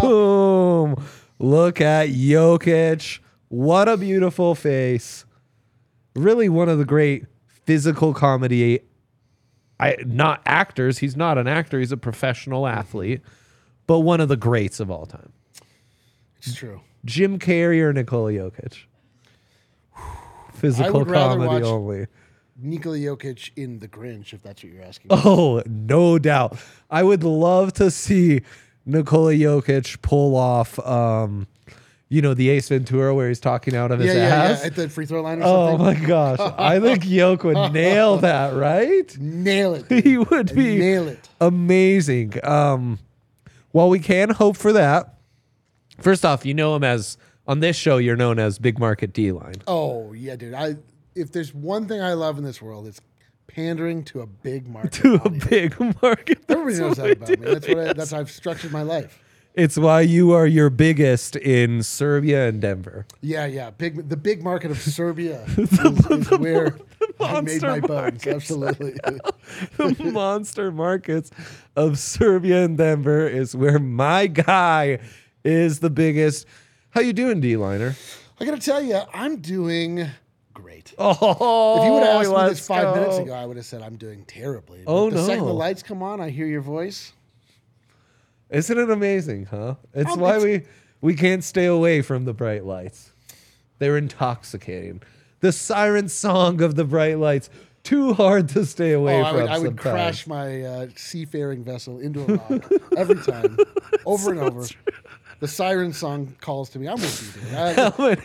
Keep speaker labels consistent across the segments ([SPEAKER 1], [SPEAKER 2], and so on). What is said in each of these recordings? [SPEAKER 1] Boom. Look at Jokic. What a beautiful face. Really one of the great physical comedy I not actors. He's not an actor, he's a professional athlete, but one of the greats of all time.
[SPEAKER 2] It's true.
[SPEAKER 1] Jim Carrey or Nikola Jokic. Physical
[SPEAKER 2] rather
[SPEAKER 1] comedy
[SPEAKER 2] watch-
[SPEAKER 1] only.
[SPEAKER 2] Nikola Jokic in The Grinch, if that's what you're asking.
[SPEAKER 1] Oh, no doubt. I would love to see Nikola Jokic pull off, um, you know, the Ace Ventura where he's talking out of
[SPEAKER 2] yeah,
[SPEAKER 1] his
[SPEAKER 2] yeah, yeah.
[SPEAKER 1] ass.
[SPEAKER 2] At the free throw line or
[SPEAKER 1] oh
[SPEAKER 2] something.
[SPEAKER 1] my gosh. I think Yoke would nail that, right?
[SPEAKER 2] Nail it.
[SPEAKER 1] He
[SPEAKER 2] dude.
[SPEAKER 1] would be
[SPEAKER 2] Nail it.
[SPEAKER 1] amazing. Um, while we can hope for that, first off, you know him as on this show, you're known as Big Market D Line.
[SPEAKER 2] Oh yeah, dude. I if there's one thing I love in this world, it's pandering to a big market.
[SPEAKER 1] To a
[SPEAKER 2] audience.
[SPEAKER 1] big market.
[SPEAKER 2] Everybody knows that about me. That's what I, that's how I've structured my life.
[SPEAKER 1] It's why you are your biggest in Serbia and Denver.
[SPEAKER 2] Yeah, yeah. Big the big market of Serbia is, is where I made
[SPEAKER 1] monster
[SPEAKER 2] my bones.
[SPEAKER 1] markets.
[SPEAKER 2] Absolutely.
[SPEAKER 1] the monster markets of Serbia and Denver is where my guy is the biggest. How you doing, D liner?
[SPEAKER 2] I gotta tell you, I'm doing great.
[SPEAKER 1] Oh,
[SPEAKER 2] If you would have asked me
[SPEAKER 1] let's
[SPEAKER 2] this five
[SPEAKER 1] go.
[SPEAKER 2] minutes ago, I would have said I'm doing terribly. But
[SPEAKER 1] Oh,
[SPEAKER 2] the second
[SPEAKER 1] no.
[SPEAKER 2] the lights come on, I hear your voice.
[SPEAKER 1] isn't it amazing, huh? It's
[SPEAKER 2] Oh,
[SPEAKER 1] why
[SPEAKER 2] it's-
[SPEAKER 1] we we can't stay away from the bright lights. They're intoxicating. The siren song of the bright lights. Too hard to stay away
[SPEAKER 2] Oh, I
[SPEAKER 1] from.
[SPEAKER 2] would, I would
[SPEAKER 1] sometimes.
[SPEAKER 2] crash my uh, seafaring vessel into a rock every time, over and over. The siren song calls to me. I'm with you, dude.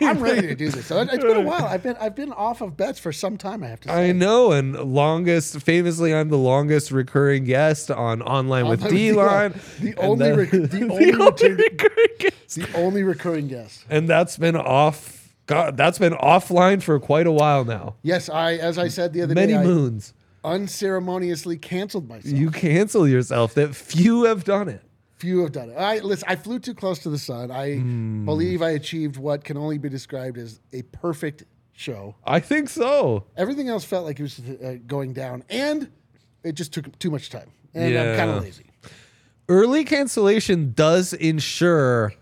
[SPEAKER 2] I, I'm ready to do this. So it- It's been a while. I've been I've been off of bets for some time. I have to say.
[SPEAKER 1] I know, and longest, famously, I'm the longest recurring guest on Online with
[SPEAKER 2] Online with
[SPEAKER 1] D Line.
[SPEAKER 2] D-Line. The only rec- the only return-
[SPEAKER 1] recurring guest.
[SPEAKER 2] The only recurring guest.
[SPEAKER 1] And that's been off. God, that's been offline for quite a while now.
[SPEAKER 2] Yes, I as I said the other
[SPEAKER 1] Many
[SPEAKER 2] day, I
[SPEAKER 1] moons.
[SPEAKER 2] unceremoniously canceled myself.
[SPEAKER 1] You cancel yourself. That few have done it.
[SPEAKER 2] Few have done it. I listen. I flew too close to the sun. I
[SPEAKER 1] Hmm.
[SPEAKER 2] believe I achieved what can only be described as a perfect show.
[SPEAKER 1] I think so.
[SPEAKER 2] Everything else felt like it was uh, going down, and it just took too much time. And I'm kind
[SPEAKER 1] Yeah.
[SPEAKER 2] of lazy.
[SPEAKER 1] Early cancellation does ensure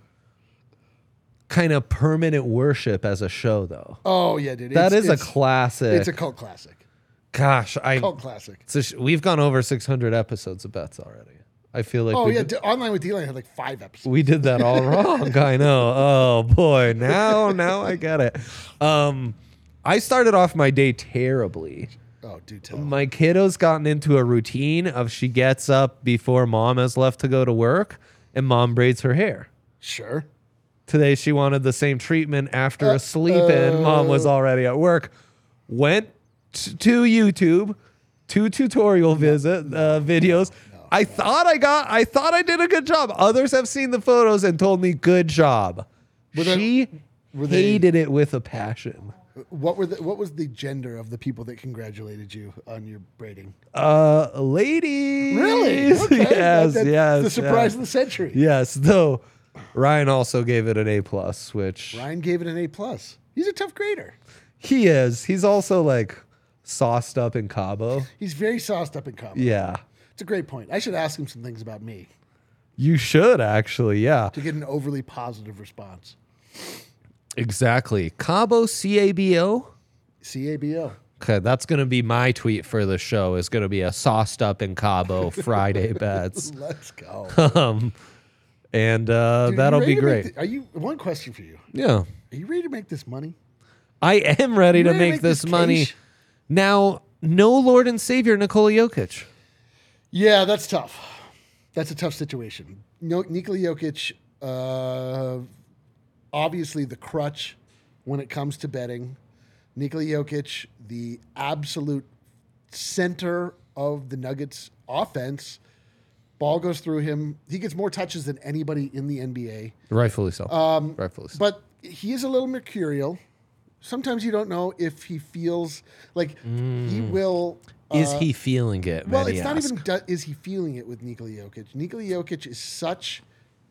[SPEAKER 1] kind of permanent worship as a show, though.
[SPEAKER 2] Oh yeah, dude.
[SPEAKER 1] that
[SPEAKER 2] It's-
[SPEAKER 1] is a
[SPEAKER 2] it's-
[SPEAKER 1] classic.
[SPEAKER 2] It's a cult classic.
[SPEAKER 1] Gosh, I
[SPEAKER 2] Cult classic.
[SPEAKER 1] So sh- we've gone over 600 episodes of bets already. I feel like
[SPEAKER 2] Oh
[SPEAKER 1] we,
[SPEAKER 2] yeah,
[SPEAKER 1] did,
[SPEAKER 2] D- online with D-Line had like five episodes.
[SPEAKER 1] we did that all wrong. I know. Oh boy, now now I get it. Um, I started off my day terribly.
[SPEAKER 2] Oh, dude, tell.
[SPEAKER 1] My kiddo's gotten into a routine of she gets up before mom has left to go to work, and mom braids her hair.
[SPEAKER 2] sure.
[SPEAKER 1] Today she wanted the same treatment after a sleep in. Mom was already at work. Went t- to YouTube, two tutorial visit uh, videos. I thought I got. I thought I did a good job. Others have seen the photos and told me good job.
[SPEAKER 2] they-
[SPEAKER 1] she
[SPEAKER 2] were they-
[SPEAKER 1] hated it with a passion.
[SPEAKER 2] What were the, what was the gender of the people that congratulated you on your braiding?
[SPEAKER 1] Uh, ladies. yes.
[SPEAKER 2] Okay. That- that's
[SPEAKER 1] yes.
[SPEAKER 2] The surprise
[SPEAKER 1] yes.
[SPEAKER 2] of the century.
[SPEAKER 1] Yes. Though Ryan also gave it an A plus, which
[SPEAKER 2] Ryan gave it an A plus. He's a tough grader.
[SPEAKER 1] He is. He's also like sauced up in Cabo.
[SPEAKER 2] He's very sauced up in comedy.
[SPEAKER 1] Yeah.
[SPEAKER 2] It's a great point. I should ask him some things about me
[SPEAKER 1] You should actually. Yeah.
[SPEAKER 2] to get an overly positive response.
[SPEAKER 1] Exactly. Cabo C A B O.
[SPEAKER 2] C A B O.
[SPEAKER 1] Okay, that's gonna be my tweet for the show. Is gonna be a sauced up in Cabo Friday bets,
[SPEAKER 2] Let's go.
[SPEAKER 1] um, and uh,
[SPEAKER 2] Dude, are you
[SPEAKER 1] that'll
[SPEAKER 2] ready
[SPEAKER 1] be
[SPEAKER 2] to make
[SPEAKER 1] great.
[SPEAKER 2] th- are you? One question for you.
[SPEAKER 1] yeah,
[SPEAKER 2] Are you ready to make this money?
[SPEAKER 1] I am ready to
[SPEAKER 2] ready
[SPEAKER 1] make, this, money
[SPEAKER 2] cash?
[SPEAKER 1] now. No Lord and Savior Nikola Jokic.
[SPEAKER 2] Yeah, that's tough. That's a tough situation. No, Nikola Jokic, uh, obviously the crutch when it comes to betting. Nikola Jokic, the absolute center of the Nuggets offense. Ball goes through him. He gets more touches than anybody in the NBA.
[SPEAKER 1] Rightfully so. Um, Rightfully so.
[SPEAKER 2] But he is a little mercurial. Sometimes you don't know if he feels like he will.
[SPEAKER 1] is he feeling it?
[SPEAKER 2] uh, Well,
[SPEAKER 1] many
[SPEAKER 2] it's not
[SPEAKER 1] ask.
[SPEAKER 2] even do- is he feeling it with Nikola Jokic. Nikola Jokic is such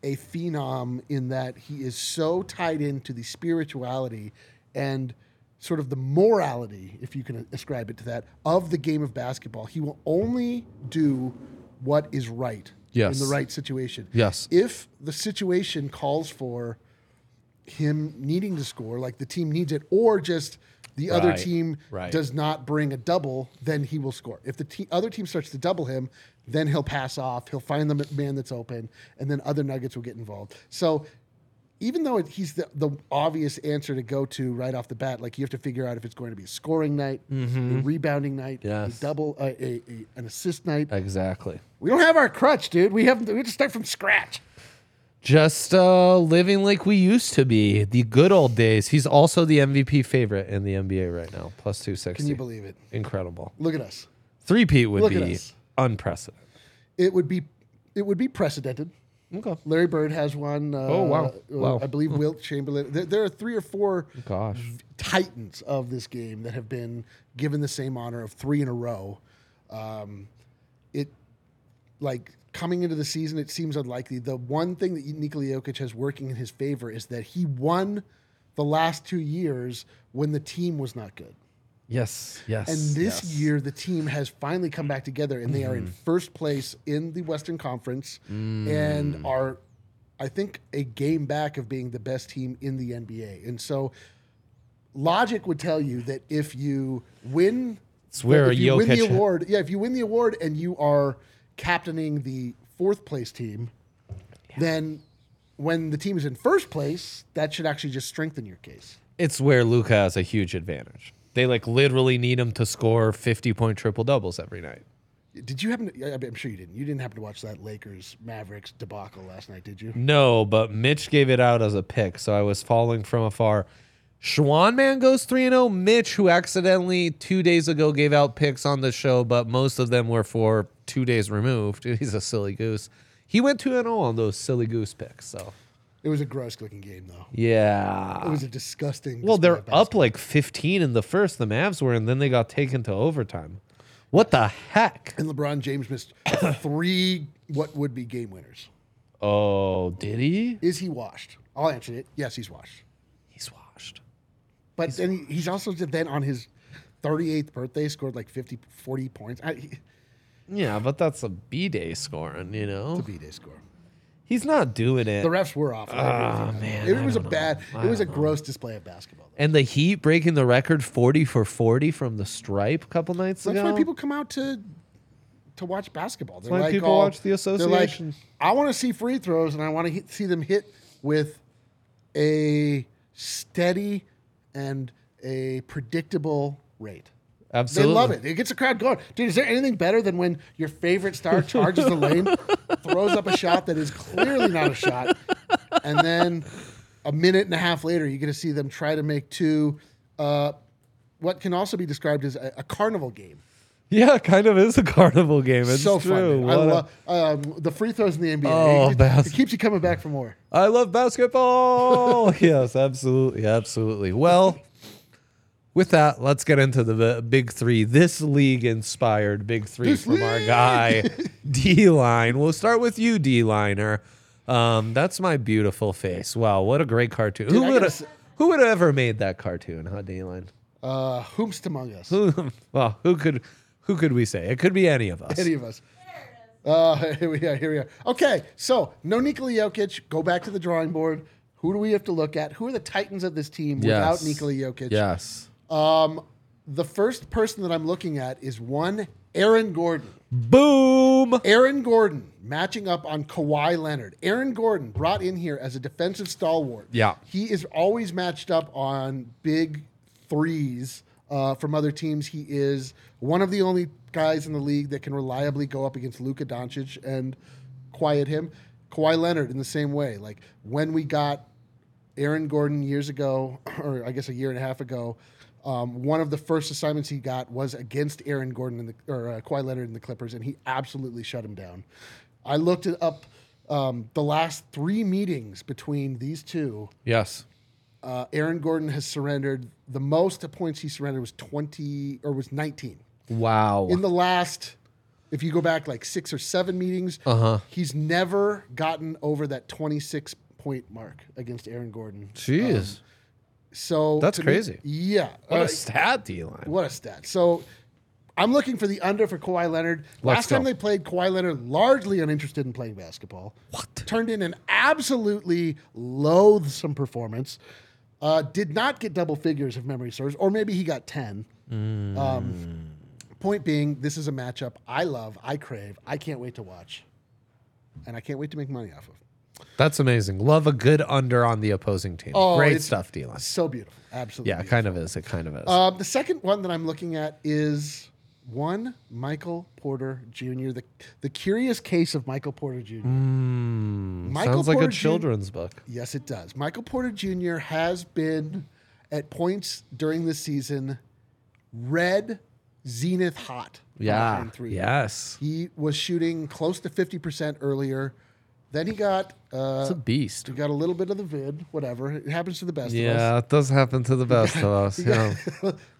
[SPEAKER 2] a phenom in that he is so tied into the spirituality and sort of the morality, if you can ascribe it to that, of the game of basketball. He will only do what is right
[SPEAKER 1] Yes.
[SPEAKER 2] in the right situation.
[SPEAKER 1] Yes.
[SPEAKER 2] If the situation calls for him needing to score, like the team needs it, or just the other
[SPEAKER 1] Right.
[SPEAKER 2] team
[SPEAKER 1] Right.
[SPEAKER 2] does not bring a double, then he will score. If the te- other team starts to double him, then he'll pass off. He'll find the m- man that's open, and then other Nuggets will get involved. So, even though it, he's the, the obvious answer to go to right off the bat, like you have to figure out if it's going to be a scoring night, a rebounding night,
[SPEAKER 1] Mm-hmm. Yes.
[SPEAKER 2] a double, uh, a, a, an assist night.
[SPEAKER 1] exactly.
[SPEAKER 2] we don't have our crutch, dude. We have we have to start from scratch.
[SPEAKER 1] Just uh, living like we used to be, the good old days. He's also the MVP favorite in the NBA right now, plus two sixty.
[SPEAKER 2] Can you believe it?
[SPEAKER 1] Incredible.
[SPEAKER 2] Look at us.
[SPEAKER 1] Three peat would
[SPEAKER 2] Look at
[SPEAKER 1] be
[SPEAKER 2] us.
[SPEAKER 1] unprecedented.
[SPEAKER 2] It would be it would be precedented.
[SPEAKER 1] Okay.
[SPEAKER 2] Larry Bird has one. Uh,
[SPEAKER 1] Oh, wow.
[SPEAKER 2] uh,
[SPEAKER 1] Wow.
[SPEAKER 2] I believe Wilt Chamberlain. There, there are three or four
[SPEAKER 1] Gosh.
[SPEAKER 2] titans of this game that have been given the same honor of three in a row. Um, it like coming into the season, it seems unlikely. The one thing that Nikola Jokic has working in his favor is that he won the last two years when the team was not good.
[SPEAKER 1] Yes. Yes.
[SPEAKER 2] And this
[SPEAKER 1] yes. Mm-hmm.
[SPEAKER 2] year, the team has finally come back together, and they are in first place in the Western Conference,
[SPEAKER 1] Mm.
[SPEAKER 2] and are, I think, a game back of being the best team in the NBA. And so, logic would tell you that if you win,
[SPEAKER 1] It's where
[SPEAKER 2] if you win the
[SPEAKER 1] Jokic-
[SPEAKER 2] award, yeah, if you win the award and you are captaining the fourth place team, then when the team is in first place, that should actually just strengthen your case.
[SPEAKER 1] it's where Luca has a huge advantage. They like literally need him to score fifty point triple doubles every night.
[SPEAKER 2] Did you happen? To, I- I'm sure you didn't. You didn't happen to watch that Lakers Mavericks debacle last night, did you?
[SPEAKER 1] No, but Mitch gave it out as a pick, so I was following from afar. Schwan man goes 3 0. Mitch, who accidentally two days ago gave out picks on the show, but most of them were for two days removed. He's a silly goose. He went 2 0 on those silly goose picks. So,
[SPEAKER 2] It was a gross-looking game, though. It
[SPEAKER 1] yeah.
[SPEAKER 2] was a disgusting.
[SPEAKER 1] Uh, Well,
[SPEAKER 2] display
[SPEAKER 1] they're
[SPEAKER 2] of basketball.
[SPEAKER 1] up like 15 in the first, the Mavs were, and then they got taken to overtime. What the heck?
[SPEAKER 2] and LeBron James missed three what would be game winners.
[SPEAKER 1] Oh, did he?
[SPEAKER 2] Is he washed? I'll answer it. Yes, he's washed.
[SPEAKER 1] He's washed.
[SPEAKER 2] But then he, he's also did- then on his 38th birthday scored like 50, 40 points. I, he,
[SPEAKER 1] Yeah, but that's a B day scoring, you know?
[SPEAKER 2] B-day score.
[SPEAKER 1] He's not doing it.
[SPEAKER 2] The refs were
[SPEAKER 1] Ah,
[SPEAKER 2] off. Oh, man. It was a bad. It was a gross display of basketball. Though.
[SPEAKER 1] And the Heat breaking the record 40 for 40 from the stripe a couple nights
[SPEAKER 2] That's
[SPEAKER 1] ago.
[SPEAKER 2] why people come out to to watch basketball. That's
[SPEAKER 1] why people watch the association.
[SPEAKER 2] I want to see free throws, and I want to see them hit with a steady and a predictable rate.
[SPEAKER 1] Absolutely.
[SPEAKER 2] They love it. It gets the crowd going. Dude, is there anything better than when your favorite star charges the lane, throws up a shot that is clearly not a shot, and then a minute and a half later, you're going to see them try to make two, uh, what can also be described as a, a carnival game.
[SPEAKER 1] Yeah, it kind of is a carnival game. It's
[SPEAKER 2] so
[SPEAKER 1] true.
[SPEAKER 2] fun. man.
[SPEAKER 1] What
[SPEAKER 2] I
[SPEAKER 1] a-
[SPEAKER 2] love um, the free throws in the NBA.
[SPEAKER 1] Oh,
[SPEAKER 2] it,
[SPEAKER 1] bas-
[SPEAKER 2] it keeps you coming back for more.
[SPEAKER 1] I love basketball. yes, absolutely. Absolutely. Well, with that, let's get into the b- big three. This league inspired big three from our guy, D Line. We'll start with you, D Liner. Um, that's my beautiful face. Wow, what a great cartoon. who
[SPEAKER 2] I
[SPEAKER 1] would
[SPEAKER 2] gotta
[SPEAKER 1] have
[SPEAKER 2] s-
[SPEAKER 1] who would have ever made that cartoon, huh, D Line?
[SPEAKER 2] Uh, whomst among us?
[SPEAKER 1] well, who could who could we say? It could be any of us.
[SPEAKER 2] Any of us. Uh, here we are. Here we are. Okay, so no Nikola Jokic. Go back to the drawing board. Who do we have to look at? Who are the titans of this team without Nikola Jokic?
[SPEAKER 1] Yes.
[SPEAKER 2] Um, the first person that I'm looking at is one Aaron Gordon.
[SPEAKER 1] Boom.
[SPEAKER 2] Aaron Gordon matching up on Kawhi Leonard. Aaron Gordon brought in here as a defensive stalwart.
[SPEAKER 1] Yeah.
[SPEAKER 2] He is always matched up on big threes uh, from other teams. He is one of the only guys in the league that can reliably go up against Luka Doncic and quiet him. Kawhi Leonard in the same way. Like when we got Aaron Gordon years ago, or I guess a year and a half ago, um, one of the first assignments he got was against Aaron Gordon and the or uh, Kawhi Leonard and the Clippers, and he absolutely shut him down. I looked it up um, the last three meetings between these two.
[SPEAKER 1] Yes.
[SPEAKER 2] Uh, Aaron Gordon has surrendered the most points he surrendered was twenty or was nineteen
[SPEAKER 1] Wow.
[SPEAKER 2] in the last. If you go back like six or seven meetings, uh-huh. he's never gotten over that twenty-six point mark against Aaron Gordon.
[SPEAKER 1] Jeez.
[SPEAKER 2] So
[SPEAKER 1] That's
[SPEAKER 2] to me-
[SPEAKER 1] crazy.
[SPEAKER 2] yeah.
[SPEAKER 1] what
[SPEAKER 2] Uh,
[SPEAKER 1] a stat, D line.
[SPEAKER 2] what a stat. So I'm looking for the under for Kawhi Leonard.
[SPEAKER 1] Let's
[SPEAKER 2] Last
[SPEAKER 1] go.
[SPEAKER 2] time they played, Kawhi Leonard largely uninterested in playing basketball. What? Turned in an absolutely loathsome performance. Uh, did not get double figures, if memory serves, or maybe he got 10.
[SPEAKER 1] Mm.
[SPEAKER 2] Um, point being, this is a matchup I love, I crave, I can't wait to watch, and I can't wait to make money off of.
[SPEAKER 1] That's amazing. Love a good under on the opposing team.
[SPEAKER 2] Oh,
[SPEAKER 1] Great
[SPEAKER 2] it's-
[SPEAKER 1] stuff, D line.
[SPEAKER 2] So beautiful. Absolutely.
[SPEAKER 1] Yeah, it
[SPEAKER 2] beautiful.
[SPEAKER 1] kind of is. It kind of is.
[SPEAKER 2] Uh, the second one that I'm looking at is one Michael Porter Jr. The the curious case of Michael Porter Jr. Michael
[SPEAKER 1] Hmm. Sounds like a
[SPEAKER 2] Porter Jr.
[SPEAKER 1] children's book.
[SPEAKER 2] Yes, it does. Michael Porter Jr. has been at points during the season red zenith hot. from
[SPEAKER 1] Yeah.
[SPEAKER 2] behind three.
[SPEAKER 1] Yes.
[SPEAKER 2] He was shooting close to 50% earlier. Then he got
[SPEAKER 1] It's
[SPEAKER 2] uh,
[SPEAKER 1] a beast.
[SPEAKER 2] he got a little bit of the vid, whatever. It happens to the best of us.
[SPEAKER 1] Yeah, it does happen to the best of us. Yeah.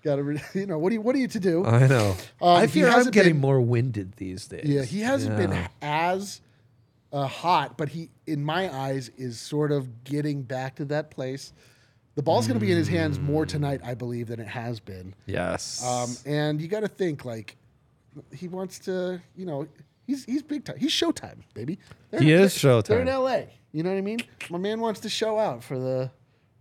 [SPEAKER 2] got to, re- you know, what do you, what are you to do?
[SPEAKER 1] I know. I
[SPEAKER 2] Um, he
[SPEAKER 1] fear I'm
[SPEAKER 2] hasn't
[SPEAKER 1] getting
[SPEAKER 2] been-
[SPEAKER 1] more winded these days.
[SPEAKER 2] Yeah, he hasn't been as uh, hot, but he, in my eyes, is sort of getting back to that place. The ball's going to be in his hands more tonight, I believe, than it has been.
[SPEAKER 1] Yes.
[SPEAKER 2] Um, and you got to think like he wants to, you know, he's he's big time. He's Showtime, baby. They're-
[SPEAKER 1] He is
[SPEAKER 2] they're- They're
[SPEAKER 1] Showtime.
[SPEAKER 2] in L.A. You know what I mean? My man wants to show out for the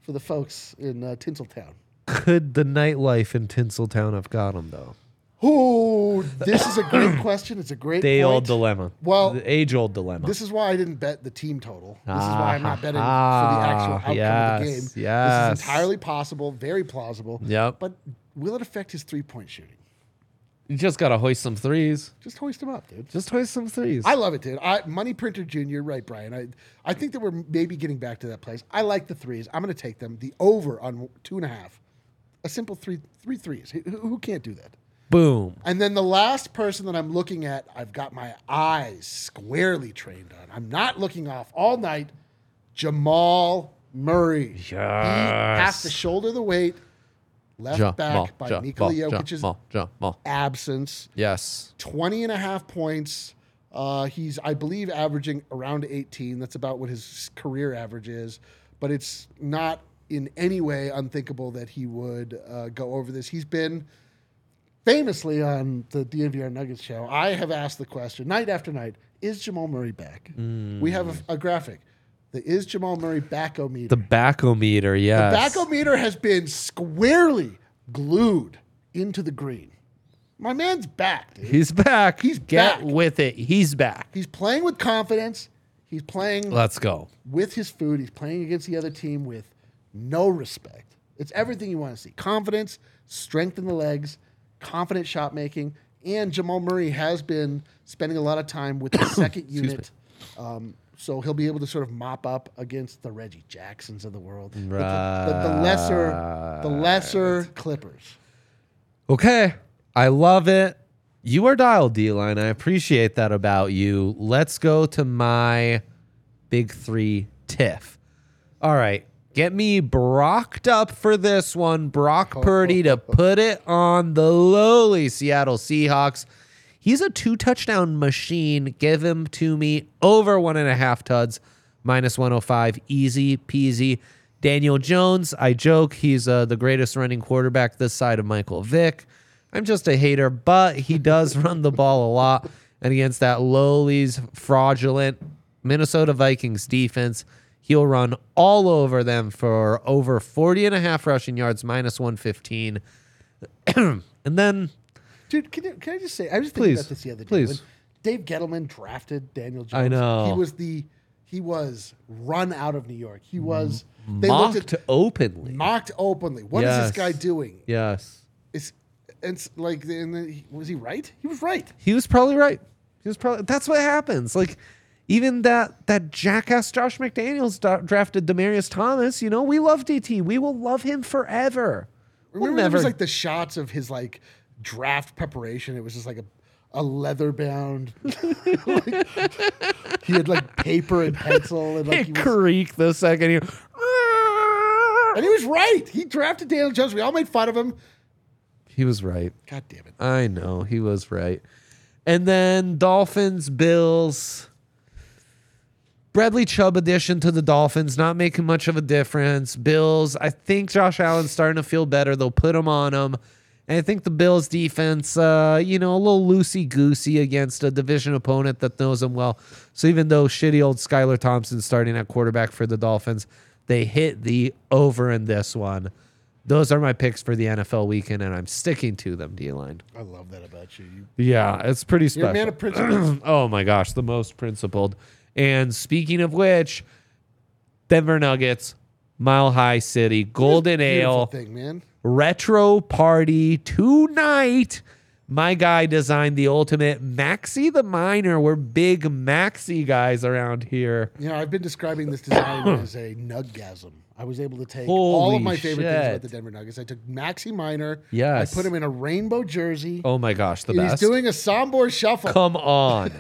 [SPEAKER 2] for the folks in uh, Tinseltown.
[SPEAKER 1] Could the nightlife in Tinseltown have got him though?
[SPEAKER 2] Oh, this is a great question. It's a great
[SPEAKER 1] Day old
[SPEAKER 2] point.
[SPEAKER 1] dilemma.
[SPEAKER 2] Well,
[SPEAKER 1] the age old dilemma.
[SPEAKER 2] This is why I didn't bet the team total. This is why I'm not betting for the actual
[SPEAKER 1] Ah,
[SPEAKER 2] outcome of the game.
[SPEAKER 1] yes,
[SPEAKER 2] This
[SPEAKER 1] yes.
[SPEAKER 2] is entirely possible, very plausible.
[SPEAKER 1] Yep.
[SPEAKER 2] But will it affect his three point shooting?
[SPEAKER 1] you just gotta hoist some threes.
[SPEAKER 2] Just hoist him up, dude.
[SPEAKER 1] Just hoist some threes.
[SPEAKER 2] I love it, dude. I, Money Printer Jr., right, Brian? I, I think that we're maybe getting back to that place. I like the threes. I'm going to take them. The over on two and a half. A simple three, three threes. Who, who can't do that?
[SPEAKER 1] Boom.
[SPEAKER 2] And then the last person that I'm looking at, I've got my eyes squarely trained on. I'm not looking off all night. Jamal Murray. He has to shoulder the weight. Left back by Nikola Jokic's absence.
[SPEAKER 1] Yes.
[SPEAKER 2] 20 and a half points. Uh, he's, I believe, averaging around 18. That's about what his career average is. But it's not in any way unthinkable that he would uh, go over this. He's been famously on the DNVR Nuggets show. I have asked the question night after night is Jamal Murray back? We have a, a graphic. The Is Jamal Murray back o meter?
[SPEAKER 1] The backometer, yes.
[SPEAKER 2] Backometer has been squarely glued into the green. My man's back, dude.
[SPEAKER 1] He's back.
[SPEAKER 2] He's
[SPEAKER 1] Get
[SPEAKER 2] back.
[SPEAKER 1] with it. He's back.
[SPEAKER 2] He's playing with confidence. He's playing
[SPEAKER 1] Let's go.
[SPEAKER 2] with his food. He's playing against the other team with no respect. It's everything you want to see confidence, strength in the legs, confident shot making. And Jamal Murray has been spending a lot of time with the second unit. Um, so he'll be able to sort of mop up against the Reggie Jacksons of the world, the- the, the, the lesser, the lesser Clippers.
[SPEAKER 1] Okay. I love it. You are dialed, D line. I appreciate that about you. Let's go to my big three tiff. All right. Get me Brocked up for this one. Brock Purdy to put it on the lowly Seattle Seahawks. He's a two touchdown machine. Give him to me over one and a half tuds, minus 105. Easy peasy. Daniel Jones, I joke, he's uh, the greatest running quarterback this side of Michael Vick. I'm just a hater, but he does run the ball a lot. And against that lowly's fraudulent Minnesota Vikings defense, he'll run all over them for over 40 and a half rushing yards, minus 115. and then
[SPEAKER 2] Dude, can, you, can I just say, I was thinking
[SPEAKER 1] Please.
[SPEAKER 2] about this the other day.
[SPEAKER 1] Please.
[SPEAKER 2] When Dave Gettleman drafted Daniel Jones.
[SPEAKER 1] I know.
[SPEAKER 2] He was the, he was run out of New York. He was, they
[SPEAKER 1] Mm-hmm. mocked
[SPEAKER 2] looked at,
[SPEAKER 1] openly.
[SPEAKER 2] mocked openly. What is
[SPEAKER 1] Yes.
[SPEAKER 2] this guy doing?
[SPEAKER 1] yes.
[SPEAKER 2] It's, it's like, and then, was he right? He was right.
[SPEAKER 1] He was probably right. He was probably that's what happens. Like even that that jackass Josh McDaniels da- drafted Demarius Thomas. You know we love DT. We will love him forever.
[SPEAKER 2] Remember
[SPEAKER 1] we'll
[SPEAKER 2] there
[SPEAKER 1] never.
[SPEAKER 2] was like the shots of his like draft preparation. It was just like a a leather bound. he had like paper and pencil and like he
[SPEAKER 1] it
[SPEAKER 2] was,
[SPEAKER 1] creak the second year.
[SPEAKER 2] and he was right. He drafted Daniel Jones. We all made fun of him.
[SPEAKER 1] He was right.
[SPEAKER 2] God damn it.
[SPEAKER 1] I know he was right. And then Dolphins, Bills. Bradley Chubb addition to the Dolphins, not making much of a difference. Bills, I think Josh Allen's starting to feel better. They'll put him on him. And I think the Bills defense, uh, you know, a little loosey goosey against a division opponent that knows them well. So even though shitty old Skylar Thompson starting at quarterback for the Dolphins, they hit the over in this one. Those are my picks for the NFL weekend, and I'm sticking to them, D line.
[SPEAKER 2] I love that about you. You-
[SPEAKER 1] Yeah, it's pretty
[SPEAKER 2] You're
[SPEAKER 1] special.
[SPEAKER 2] a man of principle.
[SPEAKER 1] oh my gosh, the most principled. And speaking of which, Denver Nuggets, Mile High City, Golden
[SPEAKER 2] Beautiful
[SPEAKER 1] Ale,
[SPEAKER 2] thing, man.
[SPEAKER 1] retro party tonight. My guy designed the ultimate Maxi the Minor. We're big Maxi guys around here.
[SPEAKER 2] You know, I've been describing this design as a nuggasm. I was able to take all
[SPEAKER 1] Holy
[SPEAKER 2] of my favorite things
[SPEAKER 1] shit.
[SPEAKER 2] about the Denver Nuggets. I took Maxi Minor.
[SPEAKER 1] Yes.
[SPEAKER 2] I put him in a rainbow jersey.
[SPEAKER 1] Oh my gosh, the
[SPEAKER 2] and
[SPEAKER 1] best.
[SPEAKER 2] He's doing a Sambor shuffle.
[SPEAKER 1] Come on.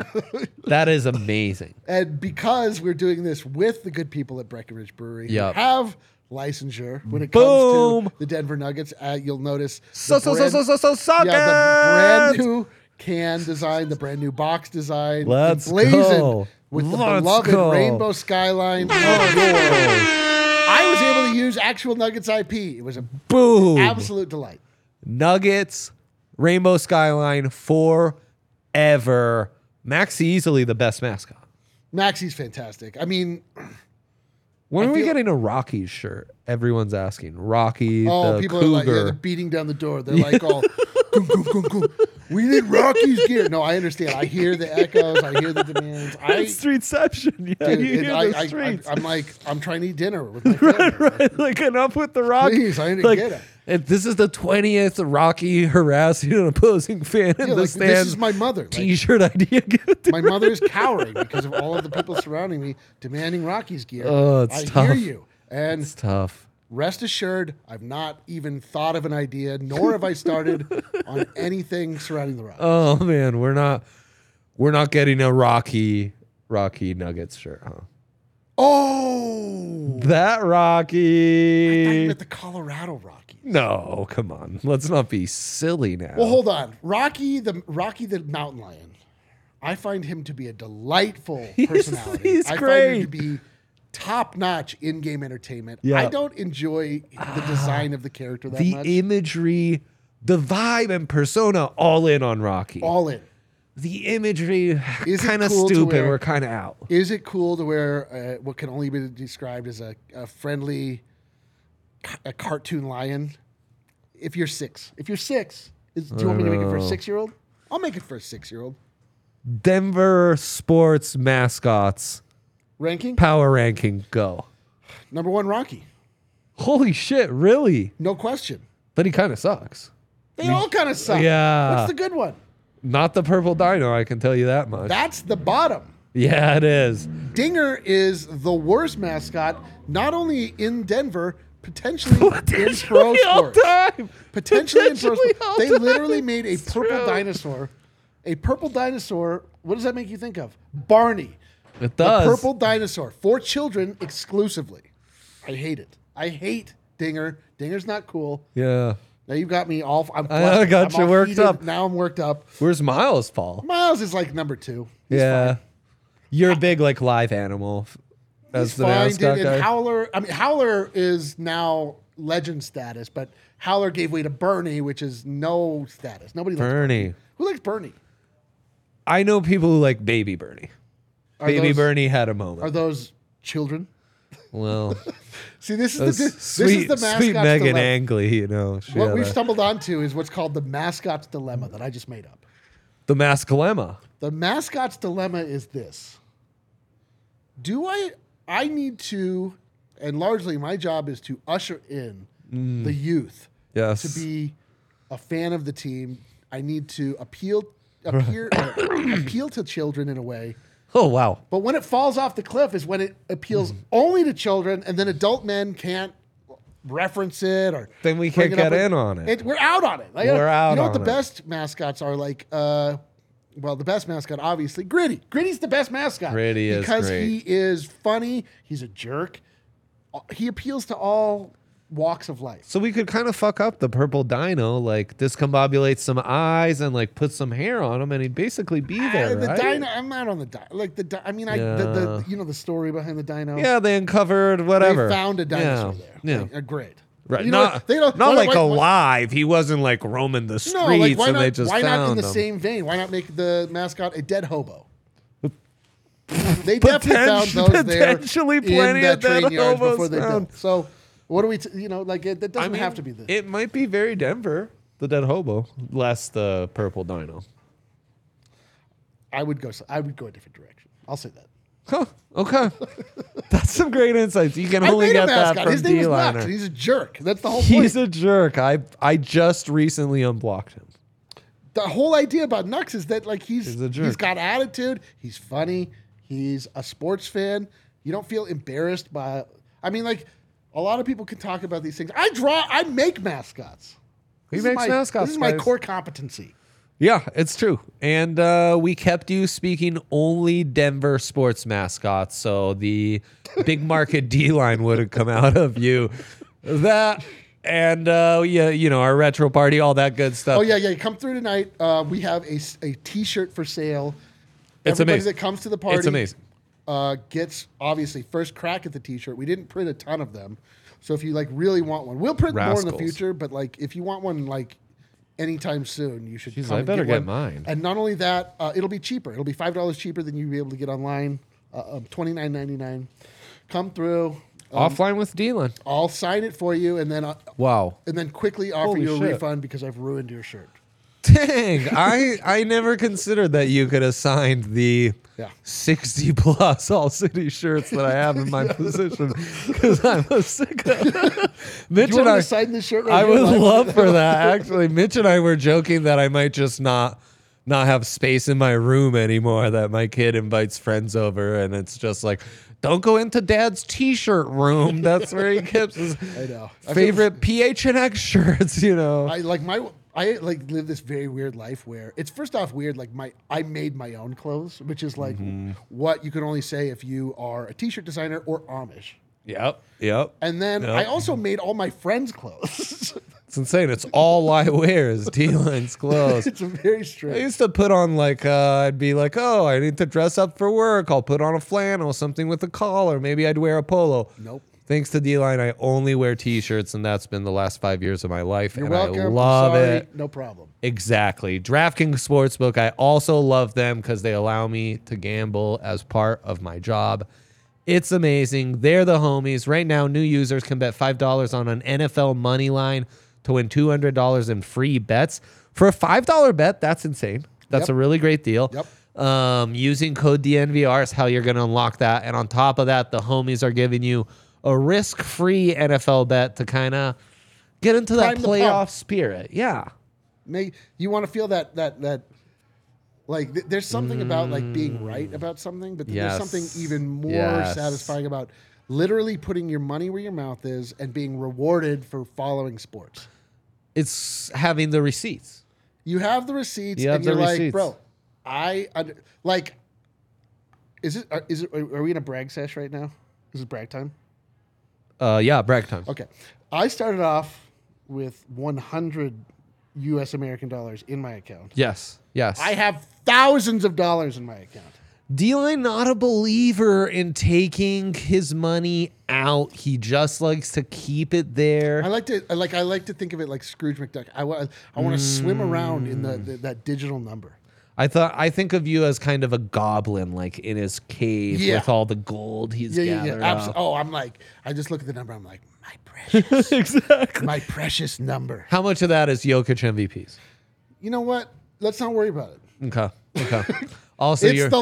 [SPEAKER 1] that is amazing.
[SPEAKER 2] And because we're doing this with the good people at Breckenridge Brewery,
[SPEAKER 1] Yep.
[SPEAKER 2] who have licensure when it
[SPEAKER 1] Boom.
[SPEAKER 2] comes to the Denver Nuggets, uh, you'll notice
[SPEAKER 1] So,
[SPEAKER 2] the
[SPEAKER 1] so, so,
[SPEAKER 2] brand-
[SPEAKER 1] so, so, so, so,
[SPEAKER 2] yeah, the brand new can design, the brand new box design,
[SPEAKER 1] Let's
[SPEAKER 2] emblazoned
[SPEAKER 1] go.
[SPEAKER 2] with the
[SPEAKER 1] Let's
[SPEAKER 2] beloved
[SPEAKER 1] go.
[SPEAKER 2] rainbow skyline. Oh, Lord. I was able to use actual Nuggets IP. It was an
[SPEAKER 1] Boom.
[SPEAKER 2] absolute delight.
[SPEAKER 1] Nuggets, Rainbow Skyline forever. Maxi easily the best mascot.
[SPEAKER 2] Maxi's fantastic. I mean,
[SPEAKER 1] When
[SPEAKER 2] I
[SPEAKER 1] are we
[SPEAKER 2] feel-
[SPEAKER 1] getting a Rockies shirt? Everyone's asking. Rocky
[SPEAKER 2] Oh,
[SPEAKER 1] the
[SPEAKER 2] people
[SPEAKER 1] Cougar.
[SPEAKER 2] are like, yeah, they're beating down the door. They're like, all, "Goom, goom, goom, goom. we need Rockies gear. No, I understand. I hear the echoes. I hear the demands. I,
[SPEAKER 1] It's streetception. Yeah,
[SPEAKER 2] dude,
[SPEAKER 1] you
[SPEAKER 2] it-
[SPEAKER 1] hear
[SPEAKER 2] I,
[SPEAKER 1] the
[SPEAKER 2] I,
[SPEAKER 1] streets.
[SPEAKER 2] I, am like, I'm trying to eat dinner with my family.
[SPEAKER 1] right, like enough with the Rockies.
[SPEAKER 2] Please, I didn't
[SPEAKER 1] like,
[SPEAKER 2] get it.
[SPEAKER 1] if This is the twentieth Rocky harassing an opposing fan in
[SPEAKER 2] Yeah,
[SPEAKER 1] the
[SPEAKER 2] like, this
[SPEAKER 1] stands.
[SPEAKER 2] is my mother. Like,
[SPEAKER 1] T-shirt idea.
[SPEAKER 2] my mother is cowering because of all of the people surrounding me demanding Rockies gear.
[SPEAKER 1] Oh, it's
[SPEAKER 2] I hear
[SPEAKER 1] tough.
[SPEAKER 2] you. And
[SPEAKER 1] it's tough.
[SPEAKER 2] rest assured, I've not even thought of an idea, nor have I started on anything surrounding the Rockies.
[SPEAKER 1] Oh man, we're not we're not getting a Rocky Rocky Nuggets shirt, huh?
[SPEAKER 2] oh,
[SPEAKER 1] That Rocky.
[SPEAKER 2] at the Colorado Rockies.
[SPEAKER 1] No, come on. Let's not be silly now.
[SPEAKER 2] Well, hold on. Rocky the Rocky the mountain lion. I find him to be a delightful personality.
[SPEAKER 1] he's
[SPEAKER 2] I
[SPEAKER 1] great.
[SPEAKER 2] find him to be top notch in game entertainment.
[SPEAKER 1] Yeah.
[SPEAKER 2] I don't enjoy the design of the character that
[SPEAKER 1] the
[SPEAKER 2] much.
[SPEAKER 1] imagery, the vibe and persona all in on Rocky.
[SPEAKER 2] All in.
[SPEAKER 1] the imagery
[SPEAKER 2] Is it
[SPEAKER 1] kind of
[SPEAKER 2] cool to
[SPEAKER 1] stupid.
[SPEAKER 2] wear-
[SPEAKER 1] We're kind of out.
[SPEAKER 2] Is it cool to wear uh, what can only be described as a, a friendly, ca- a cartoon lion? If you're six, if you're six, is, do you want me to make it
[SPEAKER 1] Uh.
[SPEAKER 2] for a six year old? I'll make it for a six year old.
[SPEAKER 1] Denver sports mascots
[SPEAKER 2] Ranking
[SPEAKER 1] power ranking go.
[SPEAKER 2] number one, Rocky.
[SPEAKER 1] Holy shit, really?
[SPEAKER 2] No question.
[SPEAKER 1] But he kind of sucks.
[SPEAKER 2] They all kind of suck.
[SPEAKER 1] Yeah.
[SPEAKER 2] What's the good one?
[SPEAKER 1] Not the purple dino, I can tell you that much.
[SPEAKER 2] That's the bottom.
[SPEAKER 1] yeah, it is.
[SPEAKER 2] Dinger is the worst mascot, not only in Denver, potentially in pro
[SPEAKER 1] all
[SPEAKER 2] sports.
[SPEAKER 1] time.
[SPEAKER 2] Potentially, in pro
[SPEAKER 1] Potentially all
[SPEAKER 2] sports. They
[SPEAKER 1] time.
[SPEAKER 2] literally made a purple
[SPEAKER 1] true.
[SPEAKER 2] dinosaur. A purple dinosaur. What does that make you think of? Barney.
[SPEAKER 1] It does.
[SPEAKER 2] The purple dinosaur for children exclusively. I hate it. I hate Dinger. Dinger's not cool.
[SPEAKER 1] Yeah.
[SPEAKER 2] Now you've got me all. I'm
[SPEAKER 1] I know, I got
[SPEAKER 2] I'm
[SPEAKER 1] you
[SPEAKER 2] all
[SPEAKER 1] worked
[SPEAKER 2] heated.
[SPEAKER 1] up.
[SPEAKER 2] Now I'm worked up.
[SPEAKER 1] Where's Miles, Paul?
[SPEAKER 2] Miles is like number two. He's
[SPEAKER 1] yeah. You're a big like live animal f- as the
[SPEAKER 2] fine, dude.
[SPEAKER 1] mascot guy.
[SPEAKER 2] And Howler, I mean, Howler is now legend status, but Howler gave way to Bernie, which is no status. Nobody likes Bernie.
[SPEAKER 1] Bernie.
[SPEAKER 2] Who likes Bernie?
[SPEAKER 1] I know people who like Baby Bernie.
[SPEAKER 2] Are
[SPEAKER 1] Baby
[SPEAKER 2] those,
[SPEAKER 1] Bernie had a
[SPEAKER 2] Are
[SPEAKER 1] moment.
[SPEAKER 2] those children?
[SPEAKER 1] Well,
[SPEAKER 2] See, this is the
[SPEAKER 1] that's
[SPEAKER 2] this
[SPEAKER 1] sweet,
[SPEAKER 2] is the
[SPEAKER 1] sweet
[SPEAKER 2] mascot's
[SPEAKER 1] Megan
[SPEAKER 2] dilemma.
[SPEAKER 1] Angley, you know. She
[SPEAKER 2] What
[SPEAKER 1] had
[SPEAKER 2] we've
[SPEAKER 1] a-
[SPEAKER 2] stumbled onto is what's called the mascot's dilemma that I just made up.
[SPEAKER 1] the mask dilemma.
[SPEAKER 2] The mascot's dilemma is this. Do I I need to and largely my job is to usher in the
[SPEAKER 1] Mm.
[SPEAKER 2] youth
[SPEAKER 1] Yes.
[SPEAKER 2] to be a fan of the team. I need to appeal appear appeal to children in a way.
[SPEAKER 1] oh, wow.
[SPEAKER 2] But when it falls off the cliff is when it appeals
[SPEAKER 1] Mm-hmm.
[SPEAKER 2] only to children and then adult men can't reference it or
[SPEAKER 1] Then we
[SPEAKER 2] bring
[SPEAKER 1] can't
[SPEAKER 2] it up
[SPEAKER 1] get
[SPEAKER 2] with-
[SPEAKER 1] in on it.
[SPEAKER 2] We're out on it. Like,
[SPEAKER 1] We're out
[SPEAKER 2] You know what
[SPEAKER 1] on
[SPEAKER 2] the
[SPEAKER 1] it.
[SPEAKER 2] best mascots are like? Uh, well, the best mascot, obviously, Gritty. Gritty's the best mascot.
[SPEAKER 1] Gritty is
[SPEAKER 2] because
[SPEAKER 1] great.
[SPEAKER 2] he is funny. He's a jerk. Uh, He appeals to all walks of life.
[SPEAKER 1] So we could kind of fuck up the purple dino, like discombobulate some eyes and like put some hair on him, and he'd basically be there.
[SPEAKER 2] Uh, the
[SPEAKER 1] right?
[SPEAKER 2] dino. I'm not on the dino. Like the. Di- I mean, I the, the. You know the story behind the dino.
[SPEAKER 1] Yeah, they uncovered
[SPEAKER 2] They
[SPEAKER 1] whatever.
[SPEAKER 2] found a dinosaur
[SPEAKER 1] yeah.
[SPEAKER 2] there.
[SPEAKER 1] Yeah.
[SPEAKER 2] Like, uh, great.
[SPEAKER 1] Right.
[SPEAKER 2] You know
[SPEAKER 1] not
[SPEAKER 2] what? They don't-
[SPEAKER 1] not
[SPEAKER 2] why-
[SPEAKER 1] like
[SPEAKER 2] why- why-
[SPEAKER 1] alive. He wasn't like roaming the streets
[SPEAKER 2] No, like why
[SPEAKER 1] and
[SPEAKER 2] not?
[SPEAKER 1] they just
[SPEAKER 2] why
[SPEAKER 1] found
[SPEAKER 2] not in the
[SPEAKER 1] him.
[SPEAKER 2] same vein? Why not make the mascot a dead hobo? They
[SPEAKER 1] Potent-
[SPEAKER 2] definitely found those there
[SPEAKER 1] potentially
[SPEAKER 2] in
[SPEAKER 1] plenty
[SPEAKER 2] the
[SPEAKER 1] of dead
[SPEAKER 2] train yards
[SPEAKER 1] hobos
[SPEAKER 2] before they
[SPEAKER 1] found.
[SPEAKER 2] built. So, what do we? T- you know, like it, it doesn't have to be this.
[SPEAKER 1] It might be very Denver, the dead hobo, less the purple dino.
[SPEAKER 2] I would go. s- I would go a different direction. I'll say that.
[SPEAKER 1] Huh. Okay. That's some great insights. You can
[SPEAKER 2] I
[SPEAKER 1] only
[SPEAKER 2] made
[SPEAKER 1] get
[SPEAKER 2] a
[SPEAKER 1] that
[SPEAKER 2] mascot.
[SPEAKER 1] from
[SPEAKER 2] His name is Lux.
[SPEAKER 1] D-liner.
[SPEAKER 2] He's a jerk. That's the whole
[SPEAKER 1] He's
[SPEAKER 2] point.
[SPEAKER 1] a jerk. I I just recently unblocked him.
[SPEAKER 2] the whole idea about Nux is that like he's
[SPEAKER 1] He's a jerk.
[SPEAKER 2] he's got attitude. He's funny. He's a sports fan. You don't feel embarrassed by. I mean, like a lot of people can talk about these things. I draw. I make mascots.
[SPEAKER 1] He
[SPEAKER 2] This is
[SPEAKER 1] makes
[SPEAKER 2] my-
[SPEAKER 1] mascots.
[SPEAKER 2] This is my
[SPEAKER 1] guys.
[SPEAKER 2] core competency.
[SPEAKER 1] Yeah, it's true. And uh, we kept you speaking only Denver sports mascots, so the big market D line would have come out of you. That and uh, yeah, you know our retro party, all that good stuff.
[SPEAKER 2] Oh yeah, yeah. Come through tonight. Uh, we have a, s- a T-shirt for sale.
[SPEAKER 1] It's
[SPEAKER 2] Everybody
[SPEAKER 1] amazing.
[SPEAKER 2] that comes to the party,
[SPEAKER 1] It's amazing.
[SPEAKER 2] Uh, gets obviously first crack at the T-shirt. We didn't print a ton of them, so if you like really want one, we'll print more in
[SPEAKER 1] Rascals.
[SPEAKER 2] the future. But like, if you want one, like anytime soon, you should.
[SPEAKER 1] Jeez, I
[SPEAKER 2] come and
[SPEAKER 1] better get
[SPEAKER 2] one.
[SPEAKER 1] mine.
[SPEAKER 2] And not only that, uh, it'll be cheaper. It'll be five dollars cheaper than you'd be able to get online. Uh, um, Twenty nine ninety nine. Come through. Uh,
[SPEAKER 1] Offline with D line.
[SPEAKER 2] I'll sign it for you, and then uh,
[SPEAKER 1] Wow.
[SPEAKER 2] and then quickly offer
[SPEAKER 1] Holy
[SPEAKER 2] you a
[SPEAKER 1] shit.
[SPEAKER 2] refund because I've ruined your shirt.
[SPEAKER 1] Dang, I I never considered that you could assign the
[SPEAKER 2] Yeah.
[SPEAKER 1] sixty plus all city shirts that I have in my position because I'm a sicko. Mitch
[SPEAKER 2] Do you want
[SPEAKER 1] and
[SPEAKER 2] me
[SPEAKER 1] I
[SPEAKER 2] to sign this shirt? Right
[SPEAKER 1] I
[SPEAKER 2] here
[SPEAKER 1] would
[SPEAKER 2] live?
[SPEAKER 1] love for that. Actually, Mitch and I were joking that I might just not not have space in my room anymore. That my kid invites friends over, and it's just like, don't go into Dad's t-shirt room. That's where he keeps his
[SPEAKER 2] know. I feel-
[SPEAKER 1] favorite PH and X shirts. You know,
[SPEAKER 2] I like my I like live this very weird life where it's first off weird like my I made my own clothes, which is like
[SPEAKER 1] Mm-hmm.
[SPEAKER 2] what you can only say if you are a t-shirt designer or Amish.
[SPEAKER 1] yep, yep.
[SPEAKER 2] And then
[SPEAKER 1] Yep.
[SPEAKER 2] I also made all my friends' clothes.
[SPEAKER 1] It's insane. It's all I wear is D-line's clothes.
[SPEAKER 2] it's a very
[SPEAKER 1] I
[SPEAKER 2] strange.
[SPEAKER 1] used to put on like uh, I'd be like, oh, I need to dress up for work. I'll put on a flannel, something with a collar. Maybe I'd wear a polo.
[SPEAKER 2] Nope.
[SPEAKER 1] Thanks to D Line, I only wear t shirts, and that's been the last five years of my life.
[SPEAKER 2] You're
[SPEAKER 1] and
[SPEAKER 2] welcome.
[SPEAKER 1] I
[SPEAKER 2] I'm
[SPEAKER 1] love
[SPEAKER 2] sorry.
[SPEAKER 1] it.
[SPEAKER 2] No problem.
[SPEAKER 1] Exactly. DraftKings Sportsbook, I also love them because they allow me to gamble as part of my job. It's amazing. They're the homies. Right now, new users can bet $5 on an NFL money line to win $200 in free bets. For a $5 bet, that's insane. That's
[SPEAKER 2] Yep.
[SPEAKER 1] a really great deal.
[SPEAKER 2] Yep.
[SPEAKER 1] Um, using code DNVR is how you're going to unlock that. And on top of that, the homies are giving you a risk free NFL bet to kind of get into that
[SPEAKER 2] Prime the pump.
[SPEAKER 1] playoff spirit. Yeah.
[SPEAKER 2] May you want to feel that that that like th- there's something about like being right about something, but then
[SPEAKER 1] Mm. Yes.
[SPEAKER 2] there's something even more
[SPEAKER 1] Yes.
[SPEAKER 2] satisfying about literally putting your money where your mouth is and being rewarded for following sports.
[SPEAKER 1] it's having the receipts.
[SPEAKER 2] You have the receipts,
[SPEAKER 1] You have
[SPEAKER 2] and
[SPEAKER 1] the
[SPEAKER 2] you're like,
[SPEAKER 1] receipts.
[SPEAKER 2] bro, I under, like. Is it? Are, is it? Are are we in a brag sesh right now? Is it brag time?
[SPEAKER 1] Uh, yeah, brag time.
[SPEAKER 2] Okay, I started off with 100 U.S. American dollars in my account.
[SPEAKER 1] Yes, yes.
[SPEAKER 2] I have thousands of dollars in my account.
[SPEAKER 1] D line not a believer in taking his money out. He just likes to keep it there.
[SPEAKER 2] I like to I like I
[SPEAKER 1] Mm.
[SPEAKER 2] like to think of it like Scrooge McDuck. I, wa- I want to swim around in the, the that digital number.
[SPEAKER 1] I thought I think of you as kind of a goblin, like in his cave
[SPEAKER 2] Yeah.
[SPEAKER 1] with all the gold he's
[SPEAKER 2] Yeah, yeah, yeah.
[SPEAKER 1] gathered.
[SPEAKER 2] Abso-
[SPEAKER 1] up.
[SPEAKER 2] oh, I'm like, I just look at the number. I'm like, my precious,
[SPEAKER 1] exactly.
[SPEAKER 2] my precious number.
[SPEAKER 1] How much of that is Jokic MVPs?
[SPEAKER 2] You know what? Let's not worry about it.
[SPEAKER 1] Okay. Okay. Also,
[SPEAKER 2] it's
[SPEAKER 1] you're
[SPEAKER 2] the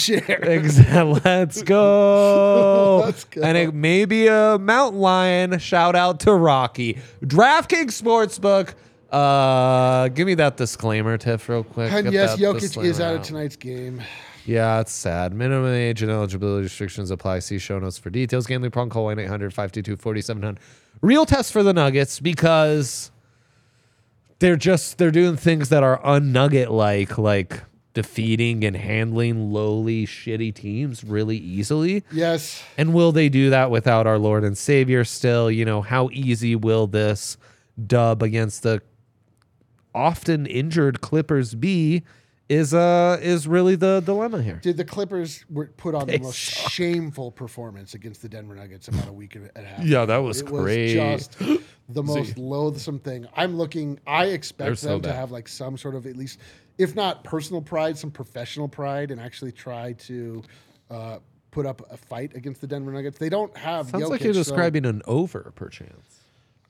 [SPEAKER 2] share.
[SPEAKER 1] Exactly. Let's go.
[SPEAKER 2] Let's go.
[SPEAKER 1] And it may be a mountain lion. Shout out to Rocky. DraftKings Sportsbook. Uh, give me that disclaimer, Tiff, real quick.
[SPEAKER 2] And
[SPEAKER 1] Get
[SPEAKER 2] yes,
[SPEAKER 1] that
[SPEAKER 2] Jokic is
[SPEAKER 1] disclaimer
[SPEAKER 2] out of tonight's game.
[SPEAKER 1] Yeah, it's sad. Minimum age and eligibility restrictions apply. See show notes for details. Gambling prong call 1 800 522 4700. Real test for the Nuggets because they're just they're doing things that are unnugget like like defeating and handling lowly shitty teams really easily.
[SPEAKER 2] Yes.
[SPEAKER 1] And will they do that without our Lord and Savior still? You know, how easy will this dub against the often injured Clippers be? Is uh is really the dilemma here.
[SPEAKER 2] Did the Clippers were put on
[SPEAKER 1] They
[SPEAKER 2] the most shameful performance against the Denver Nuggets about a week and a half?
[SPEAKER 1] Yeah, that was
[SPEAKER 2] it
[SPEAKER 1] great.
[SPEAKER 2] Was just the most loathsome thing. I'm looking. I expect
[SPEAKER 1] so
[SPEAKER 2] them to
[SPEAKER 1] bad.
[SPEAKER 2] have like some sort of at least, if not personal pride, some professional pride, and actually try to uh, put up a fight against the Denver Nuggets. They don't have.
[SPEAKER 1] Sounds like
[SPEAKER 2] Jokic,
[SPEAKER 1] you're
[SPEAKER 2] so-
[SPEAKER 1] describing an over, perchance.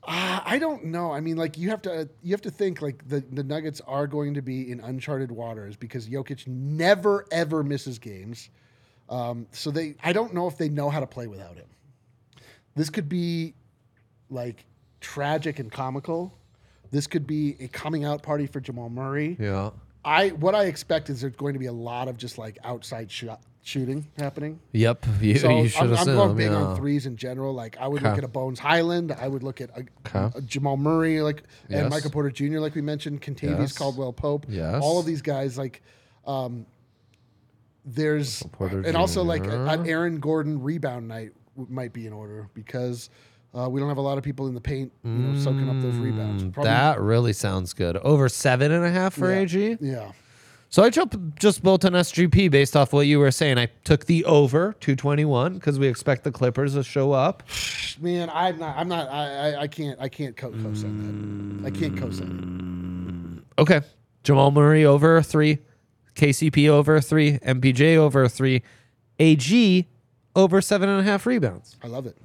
[SPEAKER 2] Ah, I don't know. I mean, like you have to uh, you have to think like the, the Nuggets are going to be in uncharted waters because Jokic never ever misses games. Um, so they I don't know if they know how to play without him. This could be like tragic and comical. This could be a coming out party for Jamal Murray.
[SPEAKER 1] Yeah.
[SPEAKER 2] I what I expect is there's going to be a lot of just like outside shot shooting happening.
[SPEAKER 1] Yep. You,
[SPEAKER 2] So
[SPEAKER 1] you should
[SPEAKER 2] I'm, I'm
[SPEAKER 1] assume.
[SPEAKER 2] going big
[SPEAKER 1] yeah.
[SPEAKER 2] on threes in general. Like I would look
[SPEAKER 1] Okay.
[SPEAKER 2] at a Bones Highland. I would look at a,
[SPEAKER 1] Okay.
[SPEAKER 2] a Jamal Murray, like
[SPEAKER 1] Yes.
[SPEAKER 2] and Michael Porter Jr. Like we mentioned, Contavious
[SPEAKER 1] Yes.
[SPEAKER 2] Caldwell Pope.
[SPEAKER 1] Yes.
[SPEAKER 2] all of these guys. Like um, there's
[SPEAKER 1] Porter
[SPEAKER 2] and also like a- an
[SPEAKER 1] Jr..
[SPEAKER 2] Aaron Gordon rebound night w- might be in order because uh, we don't have a lot of people in the paint, you know, soaking up those rebounds.
[SPEAKER 1] Mm,
[SPEAKER 2] Probably-
[SPEAKER 1] that really sounds good. Over seven and a half for
[SPEAKER 2] yeah,
[SPEAKER 1] AG.
[SPEAKER 2] Yeah.
[SPEAKER 1] So I jump just built an SGP based off what you were saying. I took the over 221 because we expect the Clippers to show up.
[SPEAKER 2] Man, I'm not. I'm not. I. I, I can't. I can't co- co-sign that. I can't co-sign it.
[SPEAKER 1] Okay. Jamal Murray over a three, KCP over a three, MPJ over a three, AG over seven and a half rebounds.
[SPEAKER 2] I love it.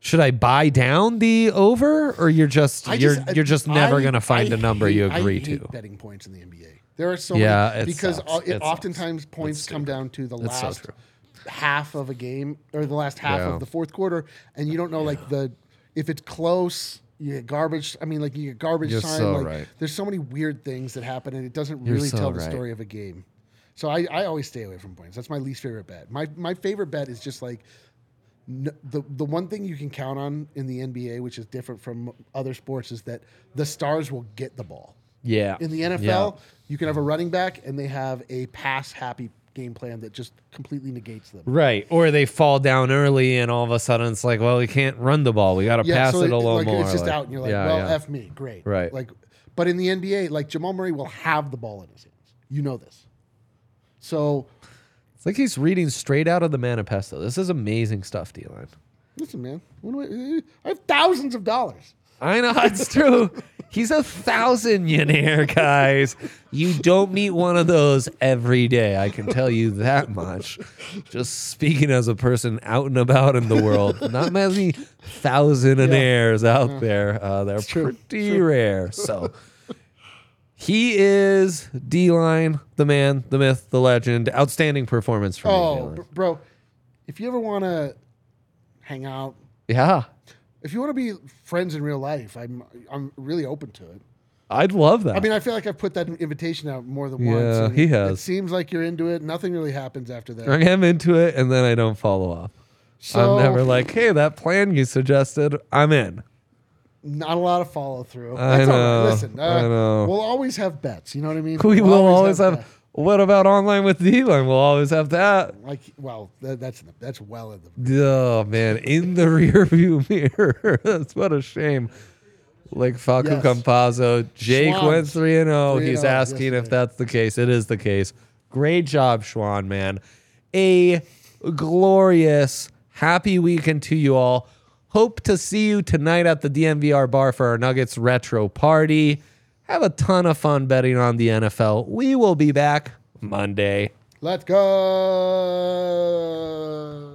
[SPEAKER 1] Should I buy down the over, or you're just
[SPEAKER 2] I
[SPEAKER 1] you're
[SPEAKER 2] just- I-
[SPEAKER 1] you're just never
[SPEAKER 2] I-
[SPEAKER 1] gonna find
[SPEAKER 2] I
[SPEAKER 1] a number
[SPEAKER 2] hate-
[SPEAKER 1] you agree
[SPEAKER 2] I hate
[SPEAKER 1] to?
[SPEAKER 2] Betting points in the NBA. There are so
[SPEAKER 1] Yeah,
[SPEAKER 2] many
[SPEAKER 1] it
[SPEAKER 2] because
[SPEAKER 1] sucks.
[SPEAKER 2] o- it
[SPEAKER 1] It sucks.
[SPEAKER 2] oftentimes points
[SPEAKER 1] It's
[SPEAKER 2] come down to the
[SPEAKER 1] It's so
[SPEAKER 2] last
[SPEAKER 1] true.
[SPEAKER 2] half of a game or the last half
[SPEAKER 1] Yeah.
[SPEAKER 2] of the fourth quarter, and you don't know like the if it's close. You get garbage. I mean, like you get garbage
[SPEAKER 1] You're
[SPEAKER 2] time.
[SPEAKER 1] so
[SPEAKER 2] like,
[SPEAKER 1] right.
[SPEAKER 2] There's so many weird things that happen, and it doesn't
[SPEAKER 1] You're
[SPEAKER 2] really
[SPEAKER 1] so
[SPEAKER 2] tell the
[SPEAKER 1] right.
[SPEAKER 2] story of a game. So I, I always stay away from points. That's my least favorite bet. My my favorite bet is just like n- the the one thing you can count on in the NBA, which is different from other sports, is that the stars will get the ball.
[SPEAKER 1] Yeah.
[SPEAKER 2] In the NFL, you can have a running back and they have a pass happy game plan that just completely negates them.
[SPEAKER 1] Right. Or they fall down early and all of a sudden it's like, well, we can't run the ball. We got to pass it a little
[SPEAKER 2] like,
[SPEAKER 1] more.
[SPEAKER 2] It's just
[SPEAKER 1] like-
[SPEAKER 2] out, and you're like,
[SPEAKER 1] yeah,
[SPEAKER 2] well,
[SPEAKER 1] yeah.
[SPEAKER 2] f me, great.
[SPEAKER 1] Right.
[SPEAKER 2] Like, but in the NBA, like Jamal Murray will have the ball in his hands. You know this. So
[SPEAKER 1] It's like he's reading straight out of the manifesto. This is amazing stuff, d
[SPEAKER 2] listen, man, what do I, I have thousands of dollars.
[SPEAKER 1] I know it's true. He's a thousand yonaire, guys. You don't meet one of those every day. I can tell you that much. Just speaking as a person out and about in the world, not many thousandaires out
[SPEAKER 2] Mm.
[SPEAKER 1] there. Uh, they're pretty rare. So he is D line, the man, the myth, the legend. Outstanding performance from
[SPEAKER 2] Oh,
[SPEAKER 1] me.
[SPEAKER 2] br-
[SPEAKER 1] D-line.
[SPEAKER 2] bro, if you ever want to hang out,
[SPEAKER 1] Yeah.
[SPEAKER 2] if you want to be friends in real life, I'm I'm really open to it.
[SPEAKER 1] I'd love that.
[SPEAKER 2] I mean, I feel like I've put that invitation out more than once.
[SPEAKER 1] Yeah,
[SPEAKER 2] and
[SPEAKER 1] he
[SPEAKER 2] it- It
[SPEAKER 1] has.
[SPEAKER 2] seems like you're into it. Nothing really happens after that.
[SPEAKER 1] bring him into it and then I don't follow up.
[SPEAKER 2] So
[SPEAKER 1] I'm never like, hey, that plan you suggested, I'm in.
[SPEAKER 2] not a lot of follow through.
[SPEAKER 1] I
[SPEAKER 2] That's all
[SPEAKER 1] know,
[SPEAKER 2] right. Listen, uh,
[SPEAKER 1] I know.
[SPEAKER 2] we'll always have bets. You know what I mean?
[SPEAKER 1] We
[SPEAKER 2] We'll
[SPEAKER 1] will always have.
[SPEAKER 2] bets.
[SPEAKER 1] What about online with D line? We'll always have that.
[SPEAKER 2] like well, that, that's in the, that's well in the
[SPEAKER 1] Oh man, in the rearview mirror. That's what a shame. Like Facu
[SPEAKER 2] Yes.
[SPEAKER 1] Campazzo, Jake went
[SPEAKER 2] Schwann's
[SPEAKER 1] three and zero. He's
[SPEAKER 2] 3-0
[SPEAKER 1] asking if
[SPEAKER 2] yesterday.
[SPEAKER 1] that's the case. It is the case. Great job, Schwan, man. A glorious happy weekend to you all. Hope to see you tonight at the DMVR bar for our Nuggets retro party. Have a ton of fun betting on the NFL. We will be back Monday.
[SPEAKER 2] Let's go.